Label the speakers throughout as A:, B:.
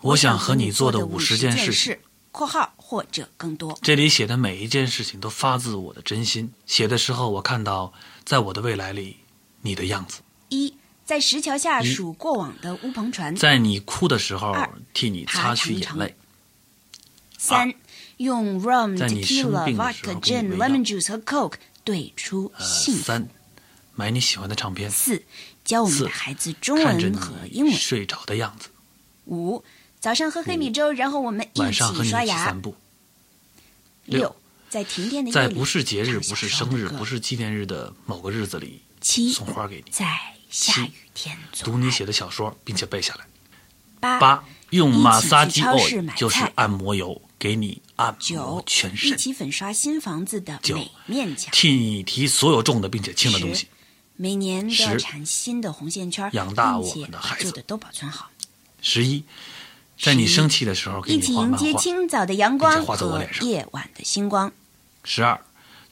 A: 我想和你做的五十件事
B: 事
A: 情。
B: （括号或者更多
A: 这里写的每一件事情都发自我的真心。写的时候，我看到在我的未来里你的样子，）。
B: 一，在石桥下
A: 一
B: 数过往的乌篷船。
A: 在你哭的时候
B: 二
A: 替你擦去眼泪。
B: 三，用 rum、
A: 在你生
B: tequila、
A: 病的时候
B: vodka、
A: 给你
B: gin、
A: 喂药
B: lemon juice 和 coke 对出
A: 呃，
B: 幸福。
A: 三，买你喜欢的唱片，
B: 四，教我们
A: 四
B: 的孩子中
A: 看着
B: 文和英
A: 你
B: 文。
A: 睡着的样子，
B: 五，早上喝黑米粥，然后我们一
A: 晚上和
B: 起
A: 你一
B: 刷
A: 起
B: 牙
A: 散。步。
B: 六
A: 六，
B: 在停电的夜
A: 在
B: 里，
A: 不是节日、
B: 唱
A: 不是
B: 小时候
A: 生日、
B: 的歌
A: 不是纪念日的某个日子里，
B: 七，
A: 送花给你，
B: 在下
A: 七
B: 雨天做
A: 读你
B: 爱
A: 写的小说，并且背下来。
B: 八
A: 八，用
B: 一起
A: 马萨
B: 去
A: 基
B: 超市
A: oil
B: 买
A: 就是
B: 菜
A: 按摩油，给你按摩
B: 九
A: 全
B: 一
A: 身，
B: 起粉刷新房子的
A: 九
B: 每面墙。
A: 替你提所有重的并且轻的东
B: 十
A: 西。
B: 每年都要
A: 十
B: 缠新的红线圈，
A: 养大
B: 并
A: 我
B: 且
A: 们的
B: 把
A: 孩
B: 旧
A: 子
B: 的都保存好，
A: 十一，在你
B: 十一
A: 生气的时候给
B: 一
A: 你
B: 起
A: 画
B: 迎
A: 漫
B: 接
A: 画。
B: 清早的阳光
A: 并且画在我
B: 和
A: 脸上
B: 夜晚的星光。
A: 十二，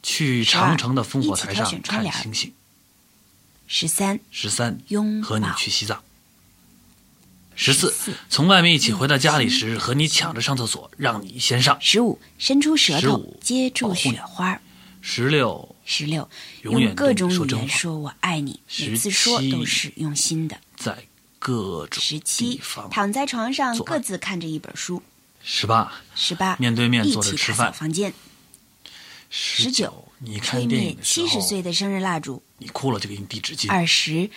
A: 去长城的烽火台
B: 一起挑
A: 上
B: 选窗
A: 看
B: 帘
A: 星星。
B: 十三，
A: 十三，
B: 拥抱
A: 和你去西藏。十四
B: 14，
A: 从外面一起回到家里
B: 嗯
A: 时，和你抢着上厕所，让你先上。
B: 十五，伸出舌头
A: 15
B: 接住
A: 保护你
B: 雪花。
A: 十六，
B: 十六，
A: 永远
B: 用各种
A: 对你说
B: 语
A: 真
B: 言
A: 话
B: 说我爱你，每次
A: 17
B: 说都是用心的。
A: 在各种
B: 十
A: 地
B: 七，
A: 方。
B: 躺在床上
A: 做爱
B: 各自看着一本书。
A: 十八，
B: 十八，
A: 面对面
B: 一
A: 坐着
B: 起
A: 吃
B: 打扫
A: 饭
B: 房间。
A: 十
B: 19
A: 九，你
B: 吹
A: 看电
B: 灭
A: 影的时
B: 七十岁
A: 候，
B: 的生日蜡烛。
A: 你哭了就给你递纸巾。
B: 二十，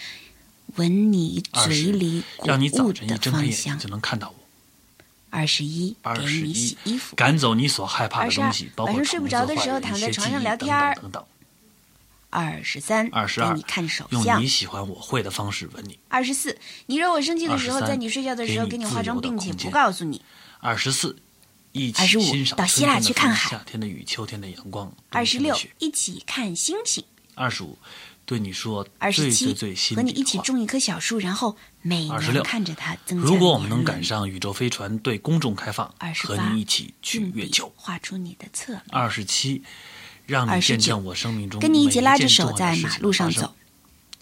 B: 闻你嘴里谷
A: 让你早
B: 物
A: 晨一
B: 的
A: 睁开
B: 芳
A: 眼睛
B: 香
A: 就。能看到我。
B: 二十一，
A: 二
B: 给
A: 十
B: 你
A: 一
B: 洗衣服，。
A: 赶走你所害怕的东西
B: 22，
A: 包括
B: 啊晚上睡不着的时候
A: 虫子
B: 躺在床上
A: 坏人
B: 聊天儿
A: 一些记忆等等等等。
B: 二十三，
A: 二十
B: 给
A: 二，
B: 你看手
A: 用
B: 相
A: 你。喜欢我会的方式吻你。
B: 二十四，你惹我生气的时候，
A: 23
B: 在你睡觉的时候
A: 给
B: 给
A: 你
B: 你化妆，
A: 自由
B: 并
A: 的
B: 且
A: 空
B: 不
A: 间
B: 告诉你。
A: 二十四，一起
B: 25
A: 欣赏
B: 到希腊
A: 春天的
B: 去看
A: 风
B: 海
A: 夏天的雨，秋天的阳光，
B: 二
A: 冬
B: 十
A: 天的
B: 六
A: 雪，。
B: 一起看星星。
A: 二十五，对你说
B: 二
A: 最
B: 十
A: 最
B: 七
A: 最心，
B: 和你
A: 底
B: 一起
A: 的话。
B: 种一棵小树，然后每年
A: 26
B: 看着它增加。
A: 如果我们能赶，上宇宙飞船对公众开放，
B: 28
A: 和你一起去
B: 用
A: 月
B: 笔
A: 球。
B: 画出你的侧面，
A: 二十七，让你
B: 29
A: 见证我生命中
B: 跟你一起拉
A: 每
B: 着
A: 件重
B: 手
A: 要的
B: 在
A: 事
B: 马
A: 情
B: 路
A: 的
B: 上
A: 发生
B: 走。。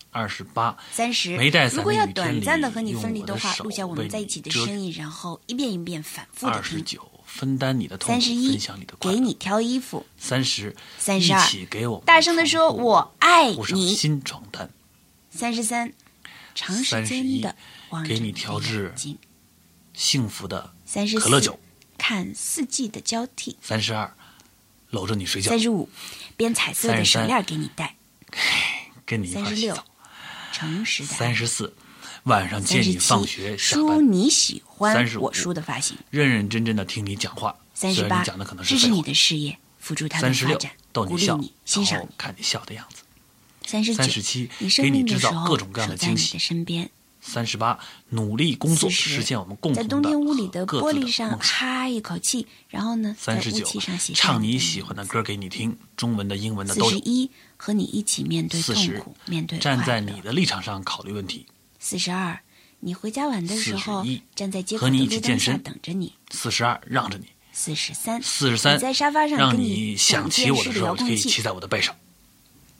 A: 二十八，
B: 三十
A: 没带，伞
B: 如果
A: 的
B: 要
A: 雨天
B: 短
A: 里
B: 暂的和你分离
A: 用我的
B: 话，
A: 手
B: 录下我
A: 为
B: 们在一
A: 你
B: 起的
A: 遮
B: 声音，然后一遍一遍反复的
A: 二十
B: 听。
A: 九，分担你的痛
B: 三
A: 苦
B: 十，一
A: 分享你的，快
B: 给
A: 乐
B: 你。挑衣服，
A: 三十，
B: 32
A: 一起给我们
B: 大声的
A: 床
B: 说
A: 铺
B: 我爱
A: 铺上
B: 你。
A: 新床单。
B: 三十三，长时间的望着
A: 给你
B: 的
A: 调制
B: 眼睛。
A: 幸福的
B: 三十
A: 可乐酒
B: 四，。看四季的交替。
A: 三十二，搂着你睡觉
B: 三，十五，编彩色的手
A: 33
B: 链给你戴。
A: 跟你一块
B: 三
A: 儿
B: 十
A: 洗
B: 六
A: 澡。，
B: 诚实的爱
A: 三。十四，晚上
B: 三
A: 接
B: 十
A: 你
B: 七，
A: 放学下
B: 梳
A: 班，
B: 你喜欢
A: 35
B: 我梳的发型。
A: 认认真真的听你讲话。
B: 三
A: 虽
B: 十
A: 然
B: 八
A: 你讲的可能，
B: 支
A: 是
B: 持
A: 废话
B: 你。的事业，辅助他的
A: 三十
B: 发
A: 六
B: 展，，
A: 逗
B: 鼓
A: 你
B: 励
A: 笑，
B: 你，欣赏
A: 然后
B: 你。
A: 看你笑的样子。
B: 三十九，
A: 37
B: 你
A: 给
B: 生
A: 你
B: 病
A: 制
B: 的时
A: 造
B: 候
A: 各种各样的
B: 守在
A: 惊
B: 你
A: 喜
B: 的身边。
A: 三十八，努力工作，
B: 40
A: 实现我们共
B: 在
A: 同
B: 冬
A: 的
B: 天屋里的
A: 各
B: 玻
A: 自
B: 璃
A: 的
B: 上
A: 梦想。
B: 哈一口气，然后呢，在
A: 三十
B: 雾
A: 九
B: 气上写，上
A: 唱
B: 你
A: 你
B: 的
A: 喜欢
B: 名
A: 的
B: 字。
A: 歌给你听，中文的、英文的
B: 四
A: 都
B: 十
A: 有。
B: 一，和你一起面对
A: 四
B: 痛
A: 十
B: 苦，面对
A: 站
B: 快
A: 在
B: 乐
A: 你。的立场上考虑问题。
B: 四十二，你回家晚的时候
A: 41，
B: 站在街口
A: 和
B: 的
A: 你一
B: 路
A: 起
B: 灯
A: 健
B: 下
A: 身
B: 等着你。
A: 四十二，让着你。
B: 四十三，
A: 四十三，
B: 你在沙发上
A: 让
B: 跟
A: 你想
B: 讲
A: 起
B: 电
A: 我的
B: 视的
A: 时候，
B: 遥
A: 可以
B: 控
A: 骑
B: 器。
A: 在我的背上。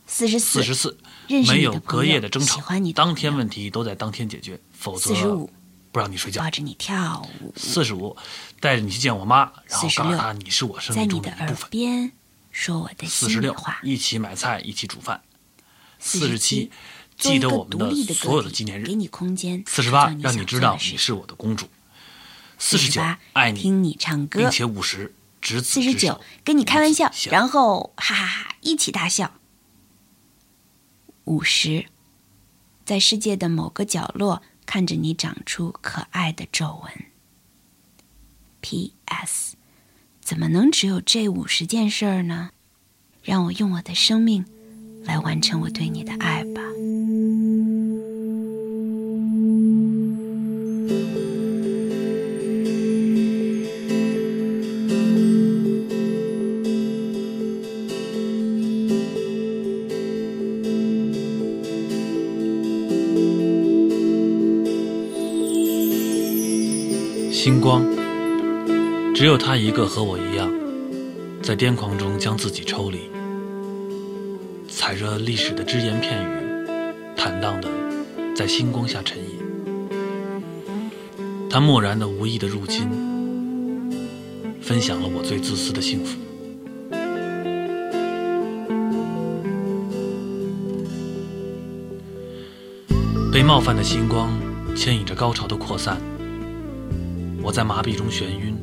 B: 四十
A: 四
B: 四
A: 十，四，
B: 认识
A: 没
B: 你
A: 有
B: 的
A: 隔
B: 朋
A: 夜
B: 友
A: 的争吵，
B: 喜欢你的
A: 当天
B: 朋友
A: 问题都在当天解决，否则
B: 45
A: 不让你睡觉
B: 抱。着你跳舞，
A: 四十五，带着你去见我妈，然后告诉
B: 46
A: 她你是我生
B: 在
A: 命
B: 你
A: 中
B: 的
A: 的一部
B: 耳
A: 分。
B: 边说我的
A: 四
B: 心
A: 十
B: 里
A: 六
B: 话，。
A: 一起买菜，一起煮饭。四十
B: 47
A: 七，
B: 做一
A: 记
B: 个
A: 得我们
B: 独立的
A: 所有
B: 个
A: 的
B: 体
A: 纪念日
B: 给。你空间。
A: 四十八
B: 做，
A: 让你
B: 你想
A: 知
B: 做的
A: 道
B: 事
A: 你是我的公主。四十
B: 48
A: 九，爱你，
B: 听你唱歌
A: 并。且五十，执子
B: 四十
A: 之
B: 九
A: 手。，
B: 跟你开玩笑
A: 一起，笑
B: 然后哈哈哈一起大笑。五十，在世界的某个角落看着你长出可爱的皱纹。P.S. 怎么能只有这五十件事儿呢？让我用我的生命来完成我对你的爱吧。
A: 星光，只有他一个和我一样，在癫狂中将自己抽离，踩着历史的只言片语，坦荡的在星光下沉吟。他漠然的、无意的入侵，分享了我最自私的幸福。被冒犯的星光牵引着高潮的扩散，我在麻痹中眩晕，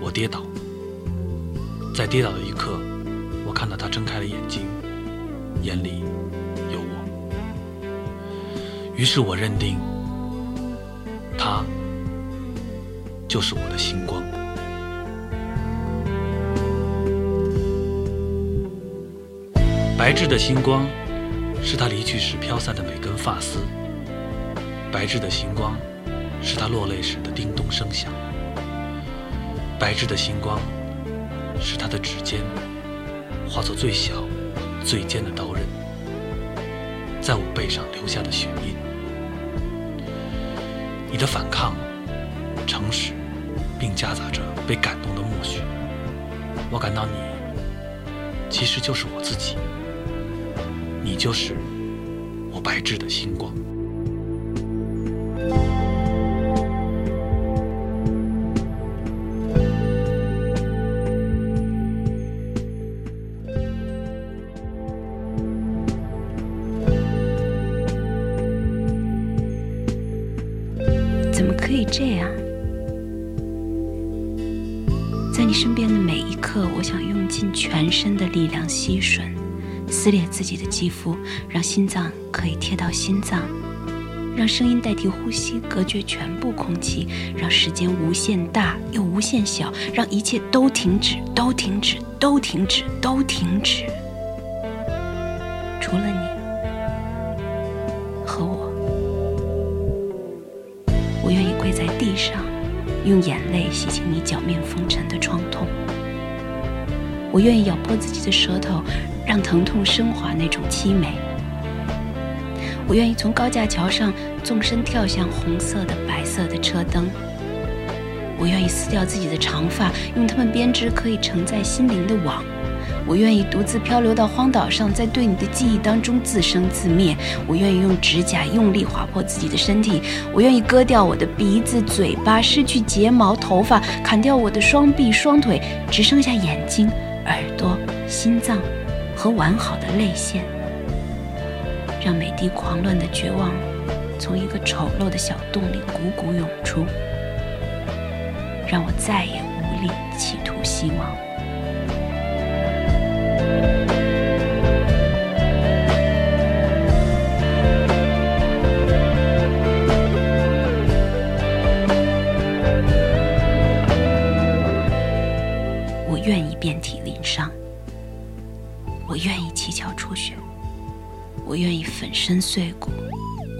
A: 我跌倒，在跌倒的一刻，我看到他睁开了眼睛，眼里有我。于是我认定，他就是我的星光。白炽的星光，是他离去时飘散的每根发丝。白炽的星光，是他落泪时的叮咚声响；白炽的星光，是他的指尖化作最小、最尖的刀刃，在我背上留下的血印。你的反抗、诚实，并夹杂着被感动的默许，我感到你其实就是我自己，你就是我白炽的星光。
B: 怎么可以这样？在你身边的每一刻，我想用尽全身的力量吸吮、撕裂自己的肌肤，让心脏可以贴到心脏，让声音代替呼吸，隔绝全部空气，让时间无限大又无限小，让一切都停止，都停止，都停止，都停止，除了你和我。我愿意跪在地上，用眼泪洗清你脚面风尘的创痛。我愿意咬破自己的舌头，让疼痛升华那种凄美。我愿意从高架桥上纵身跳向红色的、白色的车灯。我愿意撕掉自己的长发，用它们编织可以承载心灵的网。我愿意独自漂流到荒岛上，在对你的记忆当中自生自灭。我愿意用指甲用力划破自己的身体，我愿意割掉我的鼻子、嘴巴，失去睫毛、头发，砍掉我的双臂、双腿，只剩下眼睛、耳朵、心脏和完好的泪腺，让美帝狂乱的绝望从一个丑陋的小洞里汩汩涌出，让我再也无力企图希望。我愿意遍体鳞伤，我愿意七窍出血，我愿意粉身碎骨，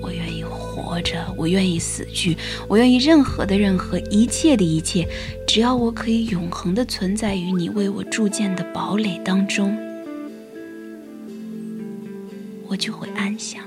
B: 我愿意活着，我愿意死去，我愿意任何的任何，一切的一切，只要我可以永恒的存在于你为我筑建的堡垒当中，我就会安详。